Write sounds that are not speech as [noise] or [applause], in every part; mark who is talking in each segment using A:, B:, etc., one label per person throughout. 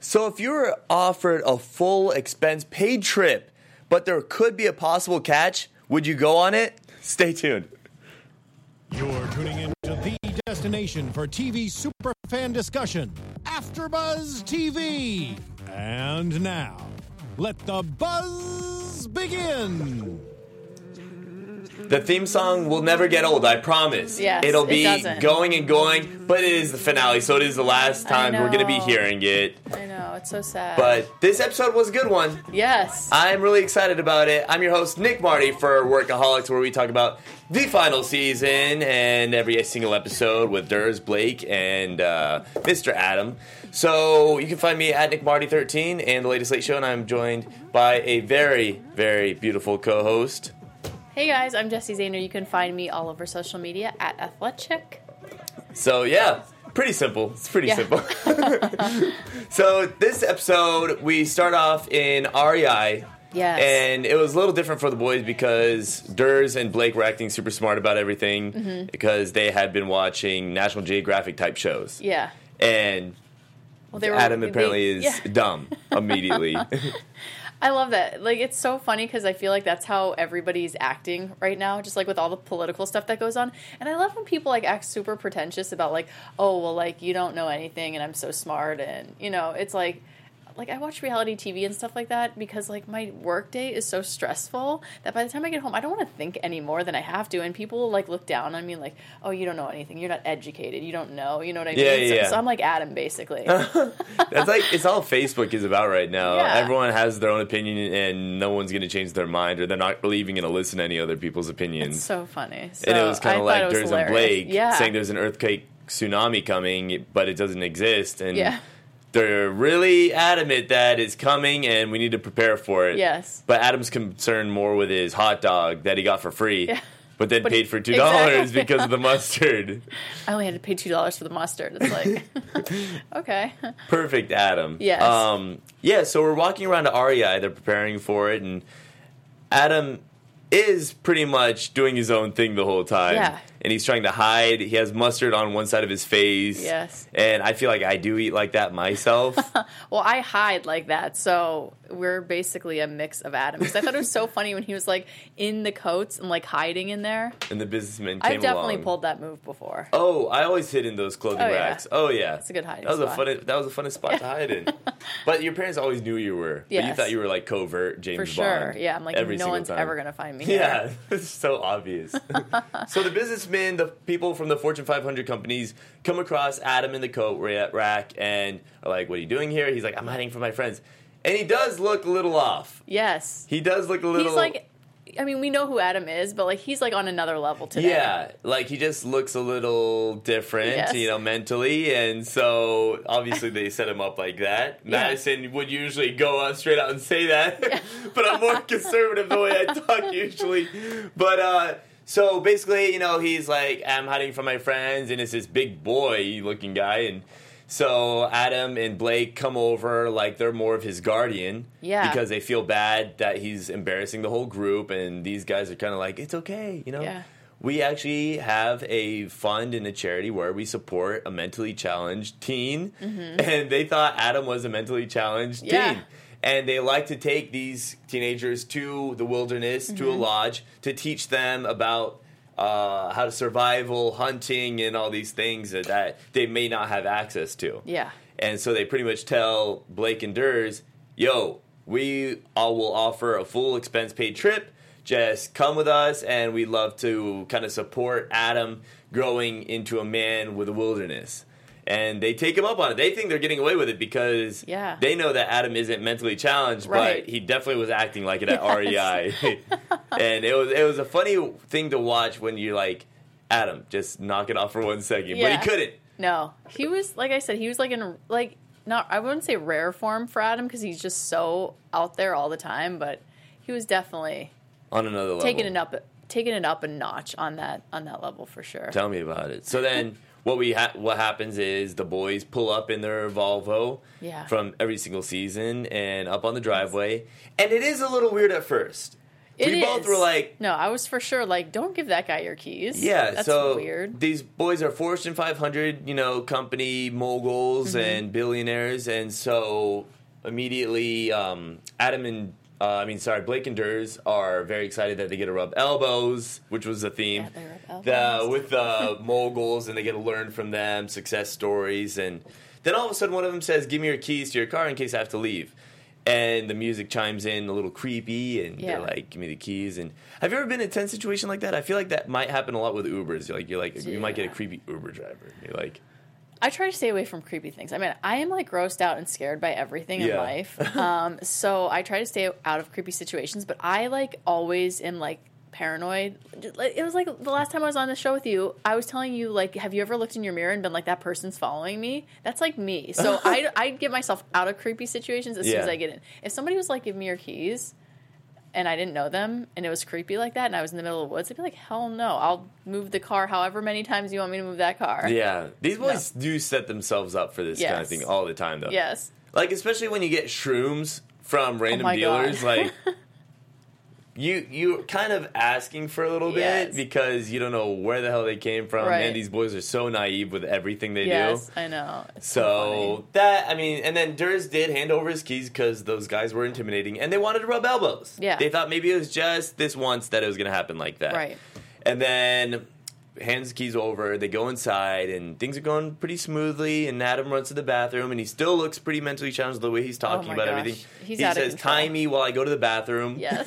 A: So if you're offered a full expense paid trip, but there could be a possible catch, would you go on it? Stay tuned.
B: You're tuning in to the destination for TV superfan discussion, AfterBuzz TV. And now, let the buzz begin.
A: The theme song will never get old, I promise.
C: Yes,
A: It'll
C: it
A: be
C: doesn't.
A: going and going, but it is the finale, so it is the last time we're going to be
C: know.
A: hearing it.
C: I know, it's so sad.
A: But this episode was a good one.
C: yes.
A: I'm really excited about it. I'm your host, Nick Marty, for Workaholics, where we talk about the final season and every single episode with Durs, Blake, and uh, Mr. Adam. So you can find me at Nick Marty13 and the latest late show, and I'm joined by a very, very beautiful co host.
C: hey guys, I'm Jesse Zahner. You can find me all over social media at Athletic.
A: So yeah, pretty simple. It's pretty
C: Yeah.
A: simple. [laughs] so this episode we start off in E REI.
C: Yes.
A: And it was a little different for the boys because Durs and Blake were acting super smart about everything
C: Mm-hmm.
A: because they had been watching National Geographic type shows.
C: Yeah.
A: And
C: Well, they
A: Adam
C: they-
A: apparently is
C: yeah.
A: dumb
C: [laughs]
A: immediately.
C: I love that. Like, it's so funny because I feel like that's how everybody's acting right now, just like with all the political stuff that goes on. And I love when people like act super pretentious about like, oh, well, like you don't know anything, and I'm so smart, and you know, it's like. Like I watch reality TV and stuff like that because like my work day is so stressful that by the time I get home I don't want to think any more than I have to and people will, like look down on me like oh you don't know anything you're not educated you don't know you know what I mean
A: Yeah,
C: so,
A: yeah.
C: so I'm like Adam basically
A: [laughs] That's like it's all Facebook is about right now.
C: Yeah.
A: Everyone has their own opinion and no one's gonna change their mind or they're not really even gonna listen to any other people's opinions.
C: It's so funny so
A: and it was
C: I
A: kind of
C: thought it
A: like
C: was
A: Durs and
C: hilarious.
A: Blake
C: yeah
A: saying there's an earthquake tsunami coming, but it doesn't exist, and
C: Yeah.
A: they're really adamant that it's coming, and we need to prepare for it.
C: Yes.
A: but Adam's concerned more with his hot dog that he got for free.
C: Yeah.
A: But then
C: But-
A: paid for two dollars [laughs]
C: Exactly.
A: because of the mustard.
C: I only had to pay two dollars for the mustard. It's like, [laughs] okay,
A: Perfect, Adam.
C: Yes.
A: Um, yeah. So we're walking around to REI. They're preparing for it, and Adam is pretty much doing his own thing the whole time.
C: Yeah.
A: And he's trying to hide. He has mustard on one side of his face.
C: Yes.
A: And I feel like I do eat like that
C: [laughs]
A: myself.
C: well, I hide like that, so we're basically a mix of Adams. I thought it was so funny when he was like in the coats and like hiding in there.
A: and the businessman came
C: I've definitely
A: along.
C: pulled that move before.
A: Oh, I always hid in those clothing
C: Oh, yeah.
A: racks. Oh yeah,
C: That's a good hiding
A: That was
C: spot.
A: a fun. That was a funnest spot to hide
C: [laughs]
A: in. But your parents always knew you were. But you
C: Yes.
A: thought you were like covert James
C: For
A: Bond.
C: sure, yeah. I'm like,
A: every
C: no
A: single
C: one's
A: time. [laughs]
C: ever gonna find me. here.
A: Yeah, it's so obvious. [laughs] so the businessmen, the people from the Fortune 500 companies, come across Adam in the coat ra- rack and are like, "What are you doing here?" He's like, "I'm hiding from my friends," and he does look a little off.
C: Yes,
A: He does look a little.
C: he's like, I mean, we know who Adam is, but like he's like on another level today.
A: Yeah, like he just looks a little different,
C: Yes.
A: you know, mentally, and so obviously they set him up like
C: [laughs]
A: that. Madison would usually go out straight out and say that, [laughs] but I'm more conservative the way I
C: [laughs]
A: talk usually. But uh, so basically, you know, he's like, I'm hiding from my friends, and it's this big boy looking guy, and so Adam and Blake come over like they're more of his guardian,
C: Yeah.
A: because they feel bad that he's embarrassing the whole group, and these guys are kind of like, it's okay, you know know?
C: Yeah.
A: We actually have a fund and a charity where we support a mentally challenged teen. And they thought Adam was a mentally challenged
C: Mm-hmm. Yeah.
A: teen. And they like to take these teenagers to the wilderness, to a
C: Mm-hmm.
A: lodge, to teach them about uh, how to survival, hunting, and all these things that, that they may not have access to.
C: yeah,
A: And so they pretty much tell Blake and Durs, yo, we all will offer a full expense paid trip. Just come with us, and we'd love to kind of support Adam growing into a man with a wilderness. And they take him up on it. They think they're getting away with it because
C: Yeah.
A: they know that Adam isn't mentally challenged,
C: Right.
A: but he definitely was acting like it at
C: [laughs] Yes.
A: REI. [laughs] and it was it was a funny thing to watch when you're like, Adam, just knock it off for one second.
C: Yeah.
A: But he couldn't.
C: No, he was like I said, he was like in like not I wouldn't say rare form for Adam because he's just so out there all the time, but he was definitely
A: On another level.
C: taking it up taking it up a notch on that on that level for sure.
A: Tell me about it. So then, what we ha- what happens is the boys pull up in their Volvo
C: Yeah.
A: from every single season and up on the driveway, and it is a little weird at first.
C: It
A: we both
C: is.
A: were like,
C: no, I was for sure like, don't give that guy your keys.
A: yeah,
C: that's
A: so
C: weird.
A: these boys are Fortune 500, you know, company moguls
C: Mm-hmm.
A: and billionaires, and so immediately um, Adam and uh, I mean, sorry, Blake and Durs are very excited that they get to rub elbows, which was the theme
C: Yeah, they rub
A: The-
C: elbows.
A: with the moguls, and they get to learn from them success stories, and then all of a sudden one of them says, "Give me your keys to your car in case I have to leave." And the music chimes in a little creepy, and
C: Yeah.
A: they're like, give me the keys. And have you ever been in a tense situation like that? I feel like that might happen a lot with Ubers. You're like, you're like, you might get a
C: Yeah.
A: creepy Uber driver. You're like,
C: I try to stay away from creepy things. I mean, I am like grossed out and scared by everything in
A: Yeah. [laughs]
C: life. Um, so I try to stay out of creepy situations, but I like always am like paranoid. It was like the last time I was on the show with you, I was telling you like, have you ever looked in your mirror and been like, that person's following me? That's like
A: [laughs]
C: me. So I I get myself out of creepy situations as soon as
A: Yeah.
C: I get in. If somebody was like, give me your keys. And I didn't know them, and it was creepy like that. And I was in the middle of the woods. I'd be like, "Hell no! I'll move the car however many times you want me to move that car."
A: yeah. These boys do set themselves up for this kind of
C: Yes.
A: thing all the time, though.
C: Yes.
A: Like, especially when you get shrooms from random
C: Oh my
A: dealers,
C: God. [laughs]
A: like, you, you're kind of asking for a little
C: Yes.
A: bit because you don't know where the hell they came from.
C: Right.
A: And these boys are so naive with everything they do.
C: Yes, I know. It's
A: So that I mean, and then Durs did hand over his keys because those guys were intimidating, and they wanted to rub elbows.
C: Yeah.
A: they thought maybe it was just this once that it was going to happen like that.
C: Right.
A: And then hands the keys over. They go inside, and things are going pretty smoothly. And Adam runs to the bathroom, and he still looks pretty mentally challenged the way he's talking
C: Oh my
A: about
C: gosh.
A: everything.
C: He's
A: he
C: out of
A: says,
C: control.
A: "Time me while I go to the bathroom." [laughs]
C: Yes.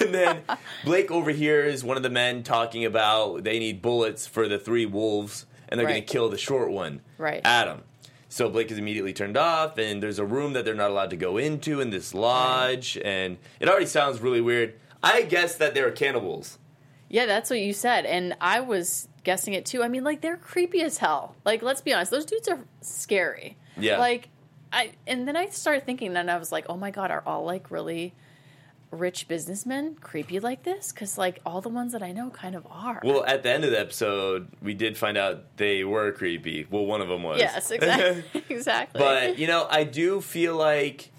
A: and then Blake overhears one of the men talking about they need bullets for the three wolves, and they're going
C: Right.
A: to kill the short one.
C: Right.
A: Adam. So Blake is immediately turned off, and there's a room that they're not allowed to go into in this lodge, and it already sounds really weird. I guess that they were cannibals.
C: Yeah, that's what you said, and I was guessing it too. I mean, like they're creepy as hell. Like, let's be honest, those dudes are scary.
A: Yeah.
C: Like, I and then I started thinking, and I was like, oh my god, are all like really rich businessmen creepy like this? Because like all the ones that I know kind of are.
A: Well, at the end of the episode, we did find out they were creepy. Well, one of them was. [laughs]
C: [laughs] yes, exactly, exactly.
A: but you know, I do feel like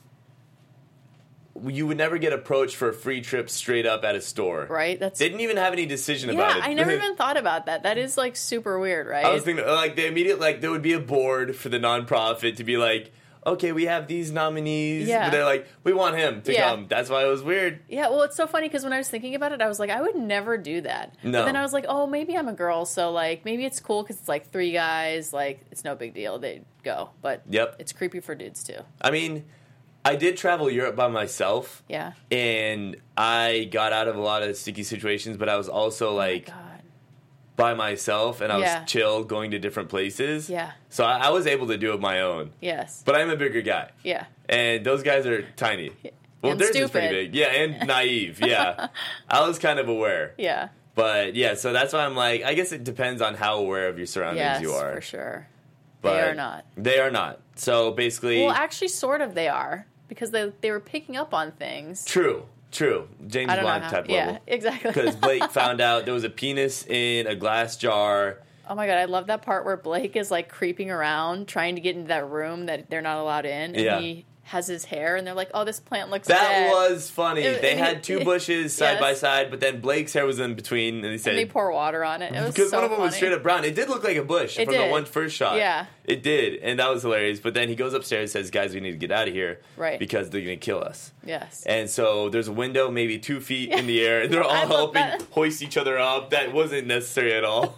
A: you would never get approached for a free trip straight up at a store.
C: right, that's
A: They didn't even have any decision
C: yeah.
A: about it. [laughs]
C: I never even thought about that. That is like super weird, right?
A: I was thinking uh, like the immediate like there would be a board for the nonprofit to be like, okay, we have these nominees.
C: Yeah.
A: But they're like, we want him to
C: Yeah.
A: come. That's why it was weird.
C: Yeah, well, it's so funny because when I was thinking about it, I was like, I would never do that.
A: No.
C: But then I was like, oh, maybe I'm a girl, so like maybe it's cool because it's like three guys, like it's no big deal. They go, but
A: Yep.
C: it's creepy for dudes too.
A: I mean, I did travel Europe by myself.
C: Yeah.
A: And I got out of a lot of sticky situations, but I was also like
C: Oh God.
A: by myself and I
C: Yeah.
A: was chill going to different places.
C: Yeah.
A: So I, I was able to do it my own.
C: Yes.
A: But I'm a bigger guy.
C: yeah.
A: And those guys are
C: [laughs]
A: tiny. Well,
C: And
A: theirs is pretty
C: stupid.
A: big. Yeah, and naive. Yeah.
C: [laughs]
A: I was kind of aware.
C: Yeah.
A: But yeah, so that's why I'm like, I guess it depends on how aware of your surroundings
C: Yes,
A: you are.
C: for sure.
A: But
C: They are not.
A: They are not. So basically,
C: Well, actually, sort of they are because they they were picking up on things.
A: true, true. James
C: I don't know
A: Bond
C: how.
A: type
C: yeah,
A: level.
C: [laughs] exactly.
A: Because
C: [laughs]
A: Blake found out there was a penis in a glass jar.
C: Oh my god, I love that part where Blake is like creeping around trying to get into that room that they're not allowed in, and
A: Yeah.
C: he has his hair, and they're like, "Oh, this plant looks
A: That
C: dead."
A: was funny.
C: It-
A: they
C: and
A: had
C: it-
A: two bushes side
C: Yes.
A: by side, but then Blake's hair was in between, and they said
C: and they pour water on it. It was
A: Because
C: so
A: one of them was
C: funny.
A: straight up brown. It did look like a bush
C: It
A: from the
C: did.
A: one first shot.
C: Yeah.
A: It did. And that was hilarious. But then he goes upstairs says, Guys, we need to get out of here.
C: Right.
A: Because they're going to kill us.
C: Yes.
A: And so there's a window maybe two feet in the air. And they're all
C: [laughs] I love
A: helping
C: that.
A: hoist each other up. That wasn't necessary at
C: [laughs]
A: all.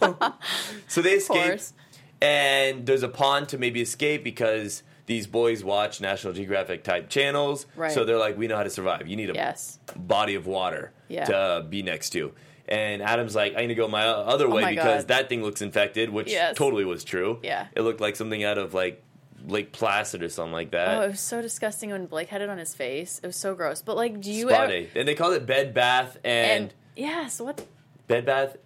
A: so they escape.
C: course.
A: And there's a pond to maybe escape because these boys watch National Geographic type channels.
C: Right.
A: So they're like, We know how to survive. You need a
C: yes.
A: body of water
C: Yeah.
A: to uh, be next to. And Adam's like, I need to go my o- other way
C: Oh my
A: because
C: God.
A: that thing looks infected, which
C: Yes.
A: totally was true.
C: Yeah.
A: It looked like something out of like Lake Placid or something like that.
C: Oh, it was so disgusting when Blake had it on his face. It was so gross. But like, do you
A: Spa
C: ever?
A: day. And they called it Bed Bath and,
C: And yes, what?
A: Bed Bath.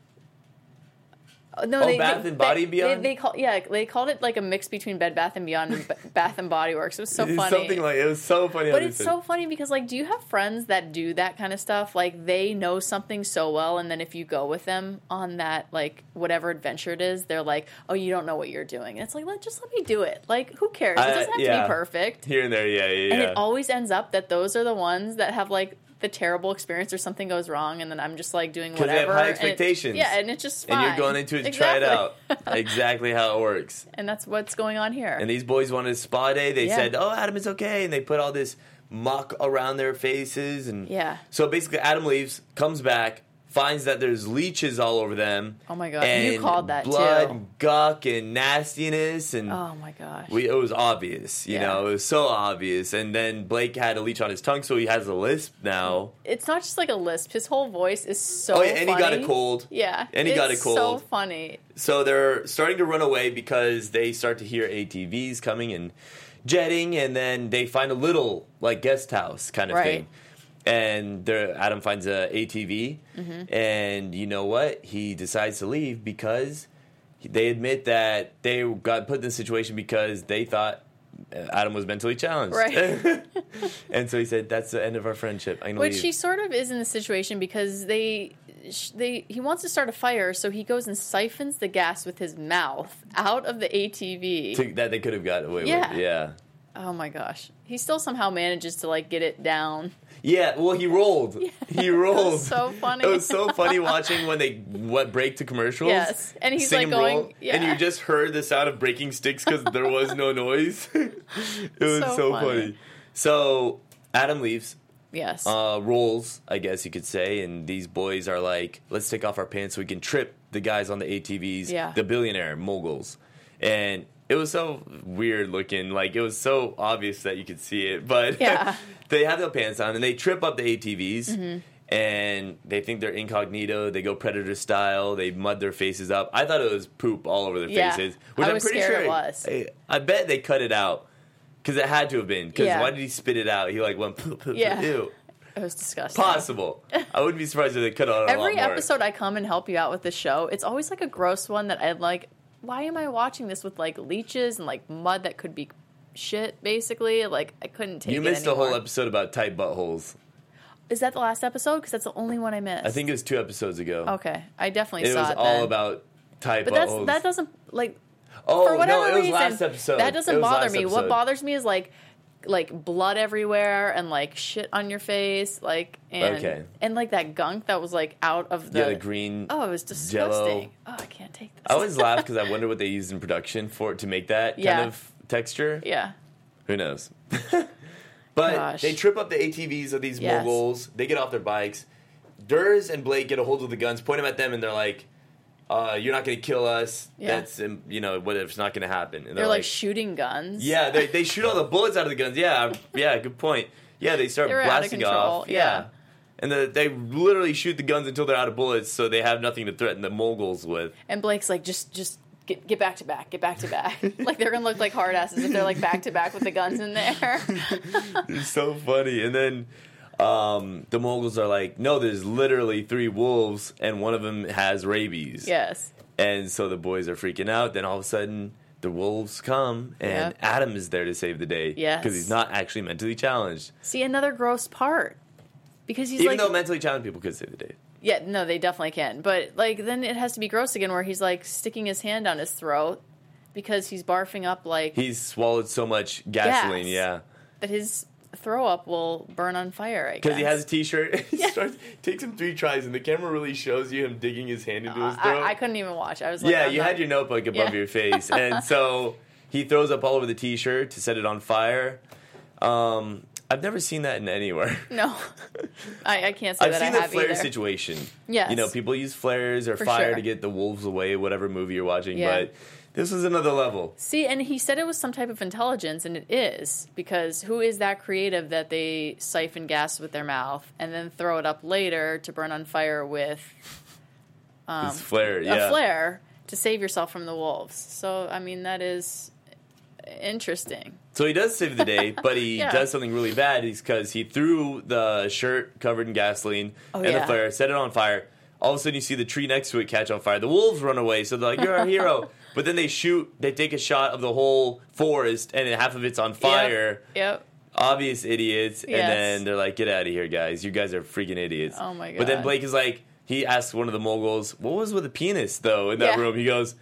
C: oh, No,
A: Oh,
C: they,
A: Bath
C: they,
A: and Body
C: they,
A: Beyond?
C: They, they call yeah, they called it like a mix between Bed Bath and Beyond and B- Bath and Body Works. It was so
A: [laughs] It's
C: funny.
A: Something like it was so funny. how
C: But
A: they
C: it's
A: said- [laughs]
C: so funny because like, do you have friends that do that kind of stuff? Like they know something so well, and then if you go with them on that like whatever adventure it is, they're like, "Oh, you don't know what you're doing." And it's like, let just let me do it. Like, who cares?
A: I-
C: it doesn't have
A: yeah.
C: to be perfect.
A: here and there. Yeah, yeah, yeah.
C: And it always ends up that those are the ones that have like the terrible experience or something goes wrong, and then I'm just like doing
A: 'Cause
C: whatever.
A: they have high
C: and it-
A: expectations.
C: yeah, and it's just fine.
A: and you're going into it to try it out.
C: [laughs] Exactly.
A: exactly how it works.
C: and that's what's going on here.
A: And these boys wanted a spa day. They
C: Yeah.
A: said, "Oh, Adam is okay," and they put all this muck around their faces. And
C: Yeah.
A: so basically, Adam leaves, comes back, finds that there's leeches all over them.
C: Oh my God, you
A: and
C: called that,
A: blood,
C: too.
A: and guck, and nastiness, and
C: oh my gosh.
A: we, it was obvious. You
C: Yeah.
A: know, it was so obvious. And then Blake had a leech on his tongue, so he has a lisp now.
C: it's not just like a lisp. His whole voice is so.
A: Oh, yeah, and he got a
C: funny.
A: cold.
C: Yeah,
A: And he got
C: it's
A: a cold.
C: So funny.
A: So they're starting to run away because they start to hear ATVs coming and jetting, and then they find a little like guest house kind of
C: Right.
A: thing. And there, Adam finds a ATV,
C: Mm-hmm.
A: and you know what? He decides to leave because they admit that they got put in this situation because they thought uh, Adam was mentally challenged,
C: Right.
A: [laughs] and so he said, "That's the end of our friendship." I'm gonna
C: Which
A: leave."
C: he sort of is in the situation because they, sh- they, he wants to start a fire, so he goes and siphons the gas with his mouth out of the ATV.
A: To- that they could have got away
C: Yeah.
A: with, yeah.
C: oh my gosh, he still somehow manages to like get it down.
A: Yeah, well, he
C: [laughs]
A: rolled. He rolled.
C: so
A: [laughs]
C: funny.
A: It was so funny watching when they went break to commercials.
C: Yes, and he's,
A: sing
C: like,
A: and
C: going-
A: roll, and
C: yeah.
A: you just heard the sound of breaking sticks because there was
C: [laughs]
A: no noise. [laughs] it was so,
C: So
A: funny.
C: funny.
A: So Adam leaves,
C: Yes,
A: uh, rolls, I guess you could say, and these boys are like, "Let's take off our pants so we can trip the guys on the ATVs,
C: Yeah.
A: the billionaire moguls," and. It was so weird looking, like it was so obvious that you could see it, but
C: Yeah.
A: [laughs] they have their pants on and they trip up the ATVs
C: Mm-hmm.
A: and they think they're incognito. They go predator style. They mud their faces up. I thought it was poop all over their
C: Yeah.
A: faces,
C: I
A: which am
C: was
A: pretty
C: scared
A: sure
C: it was.
A: I, I bet they cut it out because it had to have been. Because
C: Yeah.
A: why did he spit it out? He like went [laughs] poop, poop,
C: Yeah.
A: poop, ew.
C: it was disgusting.
A: Possible. I wouldn't be surprised if they cut out a lot
C: Every
A: more.
C: episode I come and help you out with the show, it's always like a gross one that I'm like, why am I watching this with like leeches and like mud that could be shit? Basically, like I couldn't take.
A: You
C: it
A: missed a whole
C: anymore.
A: episode about tight buttholes.
C: Is that the last episode? Because that's the only one I missed.
A: I think it was two episodes ago.
C: Okay, I definitely
A: It
C: saw
A: was
C: it.
A: all
C: then.
A: about tight
C: But that's
A: buttholes.
C: that doesn't like
A: oh,
C: for whatever
A: no, it was
C: reason
A: last episode.
C: that
A: It
C: doesn't
A: was
C: bother
A: last
C: me. What
A: episode.
C: bothers me is like like blood everywhere and like shit on your face, like and
A: Okay.
C: and like that gunk that was like out of the,
A: Yeah, the green
C: Oh, it was
A: Jell-O.
C: disgusting. Oh, I can't take this.
A: I always laugh
C: [laughs]
A: because I wonder what they used in production for it to make that
C: Yeah.
A: kind of texture.
C: yeah.
A: Who knows? [laughs] but
C: Gosh.
A: they trip up the ATVs of these
C: Yes.
A: moguls. They get off their bikes. Durs and Blake get a hold of the guns, point them at them, and they're like, uh, "You're not going to kill us.
C: Yeah.
A: That's um, you know what it's not going to happen." And they're,
C: They're like,
A: like,
C: shooting guns.
A: "Yeah, they, they shoot all the bullets out of the guns. Yeah, yeah, good point. Yeah, they start
C: They were out of
A: blasting
C: control,
A: off.
C: yeah.
A: And the, they literally shoot the guns until they're out of bullets, so they have nothing to threaten the moguls with.
C: And Blake's like, just just get get back to back, get back
A: [laughs]
C: to back. like they're gonna look like hard asses if they're like back to back with the guns in
A: [laughs]
C: there.
A: It's so funny. And then um, the moguls are like, no, there's literally three wolves, and one of them has rabies.
C: yes.
A: And so the boys are freaking out. Then all of a sudden, the wolves come, and
C: Yep.
A: Adam is there to save the day.
C: Yes.
A: Because he's not actually mentally challenged.
C: See another gross part. Because he's
A: Even
C: like
A: though mentally challenged people could save the day.
C: Yeah, no, they definitely can. But like then it has to be gross again where he's like sticking his hand on his throat because he's barfing up like
A: He's swallowed so much gasoline,
C: Gas.
A: yeah.
C: that his throw up will burn on fire, I guess.
A: Because he has a t shirt. [laughs] He starts, takes him three tries, and the camera really shows you him digging his hand into his throat.
C: Uh, I, I couldn't even watch. I was like,
A: Yeah,
C: I'm
A: you
C: not-
A: had your notebook above
C: Yeah.
A: your face, and so
C: [laughs]
A: he throws up all over the T-shirt to set it on fire. Um, I've never seen that in
C: [laughs]
A: anywhere.
C: No.
A: [laughs]
C: I, I can't say
A: I've
C: that
A: seen
C: I
A: the
C: have
A: flare
C: either.
A: situation.
C: Yes.
A: you know, people use flares or
C: For
A: fire
C: sure.
A: to get the wolves away, whatever movie you're watching.
C: Yeah.
A: But this was another level.
C: See, and he said it was some type of intelligence, and it is because who is that creative that they siphon gas with their mouth and then throw it up later to burn on fire with
A: this flare, yeah,
C: Um, a flare to save yourself from the wolves? So, I mean, that is interesting.
A: So he does save the
C: [laughs]
A: day, but he
C: Yeah.
A: does something really bad. He's because he threw the shirt covered in gasoline
C: Oh,
A: and the
C: yeah.
A: flare, set it on fire. All of a sudden, you see the tree next to it catch on fire. The wolves run away, so they're like, "You're our
C: [laughs]
A: hero." But then they shoot. They take a shot of the whole forest, and half of it's on fire.
C: Yep. yep.
A: Obvious idiots.
C: Yes.
A: And then they're like, "Get out of here, guys! You guys are freaking idiots."
C: Oh, my
A: But then
C: God.
A: Blake is like, he asks one of the moguls, "What was with the penis though in that
C: Yeah.
A: room?" He goes.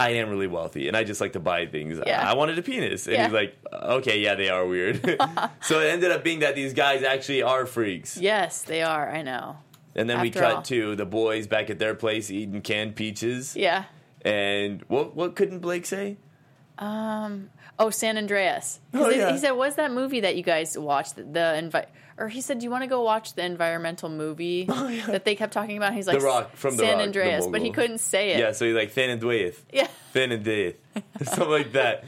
A: I am really wealthy and I just like to buy things.
C: Yeah.
A: I wanted a penis. And
C: Yeah.
A: he's like, okay, yeah, they are
C: [laughs]
A: weird. [laughs] so it ended up being that these guys actually are freaks.
C: Yes, they are. I know.
A: And then we
C: After
A: cut
C: all.
A: to the boys back at their place eating canned peaches.
C: Yeah.
A: And what what couldn't Blake say?
C: Oh, San Andreas. 'Cause
A: Oh,
C: they-
A: yeah.
C: He said, "Was that movie that you guys watched the, the envi-" or he said, "Do you want to go watch the
A: [laughs]
C: environmental movie that they kept talking about?" He's like,
A: Rock, from Oh, The
C: San
A: Rock, the
C: Andreas," but he
A: mogul.
C: couldn't say it.
A: Yeah, so he's like Thin and Dwyeth.
C: Yeah.
A: Thin and Dwyeth. [laughs] Something like
C: [laughs]
A: that.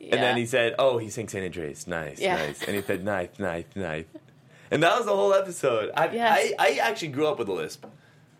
C: Yeah.
A: And then he said, Oh, he sang San Andreas. Nice,
C: Yeah.
A: nice. And he said, Knife, knife, knife. And that was the whole episode. I,
C: Yeah.
A: I, I actually grew up with a lisp.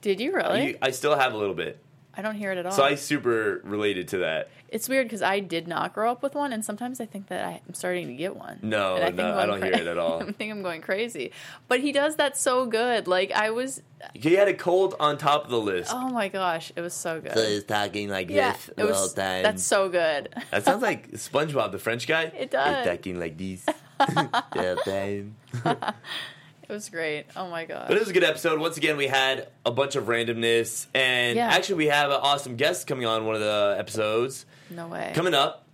C: "Did you really?"
A: You- I still have a little bit.
C: I don't hear it at all.
A: So I super related to that.
C: it's weird because I did not grow up with one, and sometimes I think that I'm starting to get one.
A: No,
C: and
A: no,
C: I'm
A: I
C: going
A: don't
C: [laughs]
A: hear it at all.
C: I think I'm going crazy, but he does that so good. Like I was,
A: He had a cold on top of the list.
C: oh my gosh, it was so good.
A: he's talking like
C: it was. That's so good. [laughs]
A: that sounds like SpongeBob, the French guy.
C: It does.
A: He's talking like
C: [laughs]
A: this. the whole time.
C: It was great. Oh my gosh.
A: But it was a good episode. Once again, we had a bunch of randomness, and
C: Yeah.
A: actually, we have an awesome guest coming on one of the episodes
C: No way.
A: coming up.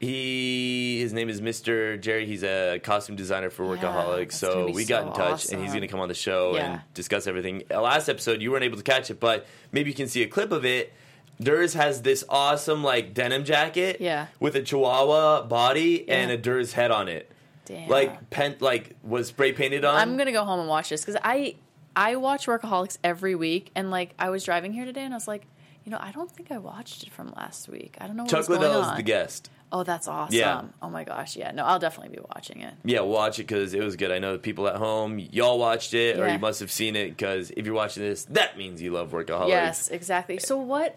A: He his name is Mr. Jerry. He's a costume designer for
C: Yeah,
A: Workaholics.
C: that's
A: so
C: gonna be
A: we got
C: so
A: in touch, and he's going
C: awesome.
A: to come on the show
C: Yeah.
A: and discuss everything. Uh, Last episode, you weren't able to catch it, but maybe you can see a clip of it. Durs has this awesome like denim jacket,
C: Yeah.
A: with a Chihuahua body and
C: Yeah.
A: a Durs head on it,
C: Damn.
A: like um, pent like was spray painted on.
C: I'm gonna go home and watch this because I I watch Workaholics every week, and like I was driving here today, and I was like, you know, I don't think I watched it from last week. I don't know what
A: Chuck
C: was going
A: Liddell's
C: on.
A: the guest.
C: Oh, that's awesome.
A: Yeah.
C: Oh my gosh, yeah. No, I'll definitely be watching it.
A: Yeah, watch it because it was good. I know the people at home, y'all watched it, or
C: Yeah.
A: you must have seen it because if you're watching this, that means you love workaholics.
C: Yes, exactly. So what?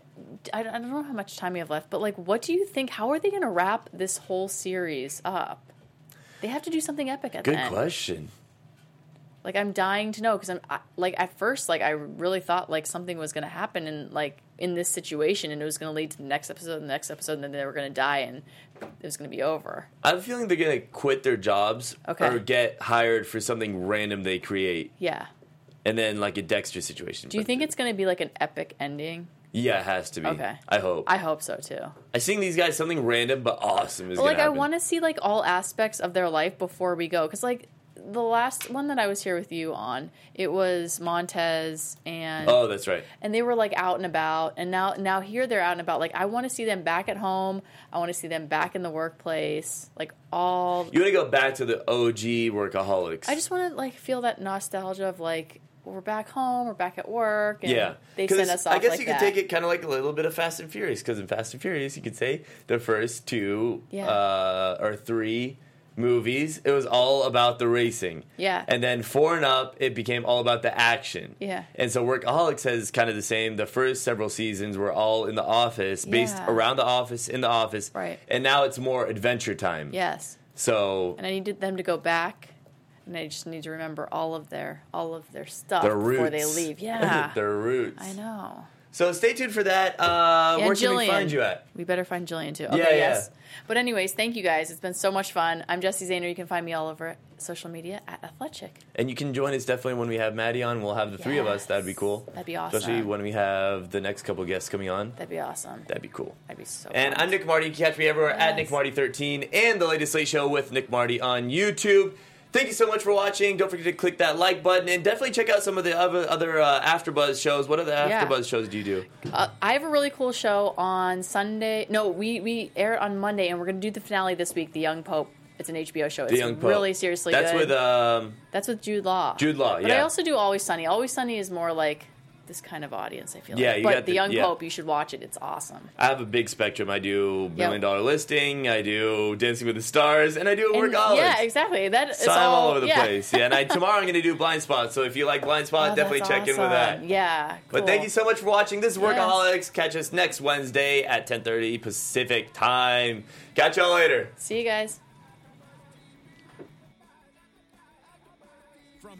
C: I, I don't know how much time we have left, but like, what do you think? How are they gonna wrap this whole series up? They have to do something epic at
A: Good
C: the end.
A: question.
C: Like I'm dying to know because I'm I, like at first like I really thought like something was going to happen and like in this situation and it was going to lead to the next episode and the next episode and then they were going to die and it was going to be over.
A: I have a feeling they're gonna quit their jobs
C: Okay.
A: or get hired for something random they create,
C: Yeah.
A: and then like a Dexter situation.
C: Do you think it's going to be like an epic ending?
A: Yeah, it has to be.
C: Okay.
A: I hope.
C: I
A: I,
C: hope so too.
A: think these guys something random but awesome is
C: like
A: gonna
C: I
A: happen.
C: want to see like all aspects of their life before we go because like the last one that I was here with you on it was Montez and
A: Oh, that's right.
C: and they were like out and about and now now here they're out and about like i want to see them back at home i want to see them back in the workplace like all
A: You want to go back to the OG workaholics?
C: i just want to like feel that nostalgia of like we're back home we're back at work and
A: Yeah,
C: they
A: 'Cause
C: send us off
A: I guess
C: like
A: you
C: that.
A: could take it kind of like a little bit of Fast and Furious, because in Fast and Furious, you could say the first two
C: Yeah.
A: uh, or three movies, it was all about the racing.
C: Yeah.
A: and then four and up, it became all about the action.
C: Yeah.
A: and so Workaholics has kind of the same. The first several seasons were all in the office, based
C: Yeah.
A: around the office, in the office,
C: Right.
A: And now it's more adventure time.
C: yes
A: so
C: and i needed them to go back and i just need to remember all of their all of their stuff
A: their roots
C: before they
A: [laughs]
C: leave yeah
A: their roots.
C: i know
A: So stay tuned for that. Uh,
C: Yeah,
A: where can we
C: Jillian.
A: find you at?
C: We better find Jillian too. Okay,
A: Yeah, yeah.
C: yes. But anyways, thank you guys. It's been so much fun. I'm Jesse Zahner. You can find me all over social media at Athletic.
A: And you can join us definitely when we have Maddie on. We'll have the three of us. That'd be
C: Yes.
A: cool.
C: That'd be awesome.
A: Especially when we have the next couple guests coming on.
C: That'd be awesome.
A: That'd be cool.
C: That'd be so.
A: And
C: fun.
A: I'm Nick Marty. You can catch me everywhere at Nick
C: Yes.
A: Marty13 and the latest late show with Nick Marty on YouTube. Thank you so much for watching. Don't forget to click that like button and definitely check out some of the other, other uh, AfterBuzz shows. What other
C: Yeah.
A: AfterBuzz shows do you do?
C: Uh, I have a really cool show on Sunday. No, we we air it on Monday, and we're gonna do the finale this week. The Young Pope. It's an HBO show. It's
A: The Young Pope.
C: really seriously
A: That's
C: good.
A: with um,
C: That's with Jude Law.
A: Jude Law,
C: But I
A: yeah.
C: also do Always Sunny. Always Sunny is more like this kind of audience. I feel.
A: Yeah,
C: like.
A: you
C: but
A: got
C: the,
A: the-
C: Young
A: yeah.
C: Pope. You should watch it. It's awesome.
A: I have a big spectrum. I do Million Dollar Listing. I do Dancing with the Stars, and I do
C: And-
A: Workaholics.
C: yeah, exactly. That it's
A: So I'm all over the
C: yeah.
A: place. Yeah, and I, tomorrow I'm going to do Blind Spot. So if you like Blind Spot,
C: Oh,
A: definitely
C: that's
A: check in with that.
C: awesome. Yeah.
A: But
C: cool.
A: thank you so much for watching. This is
C: Yes.
A: Workaholics. Catch us next Wednesday at 10:30 Pacific time. Catch y'all later.
C: See you guys.
B: From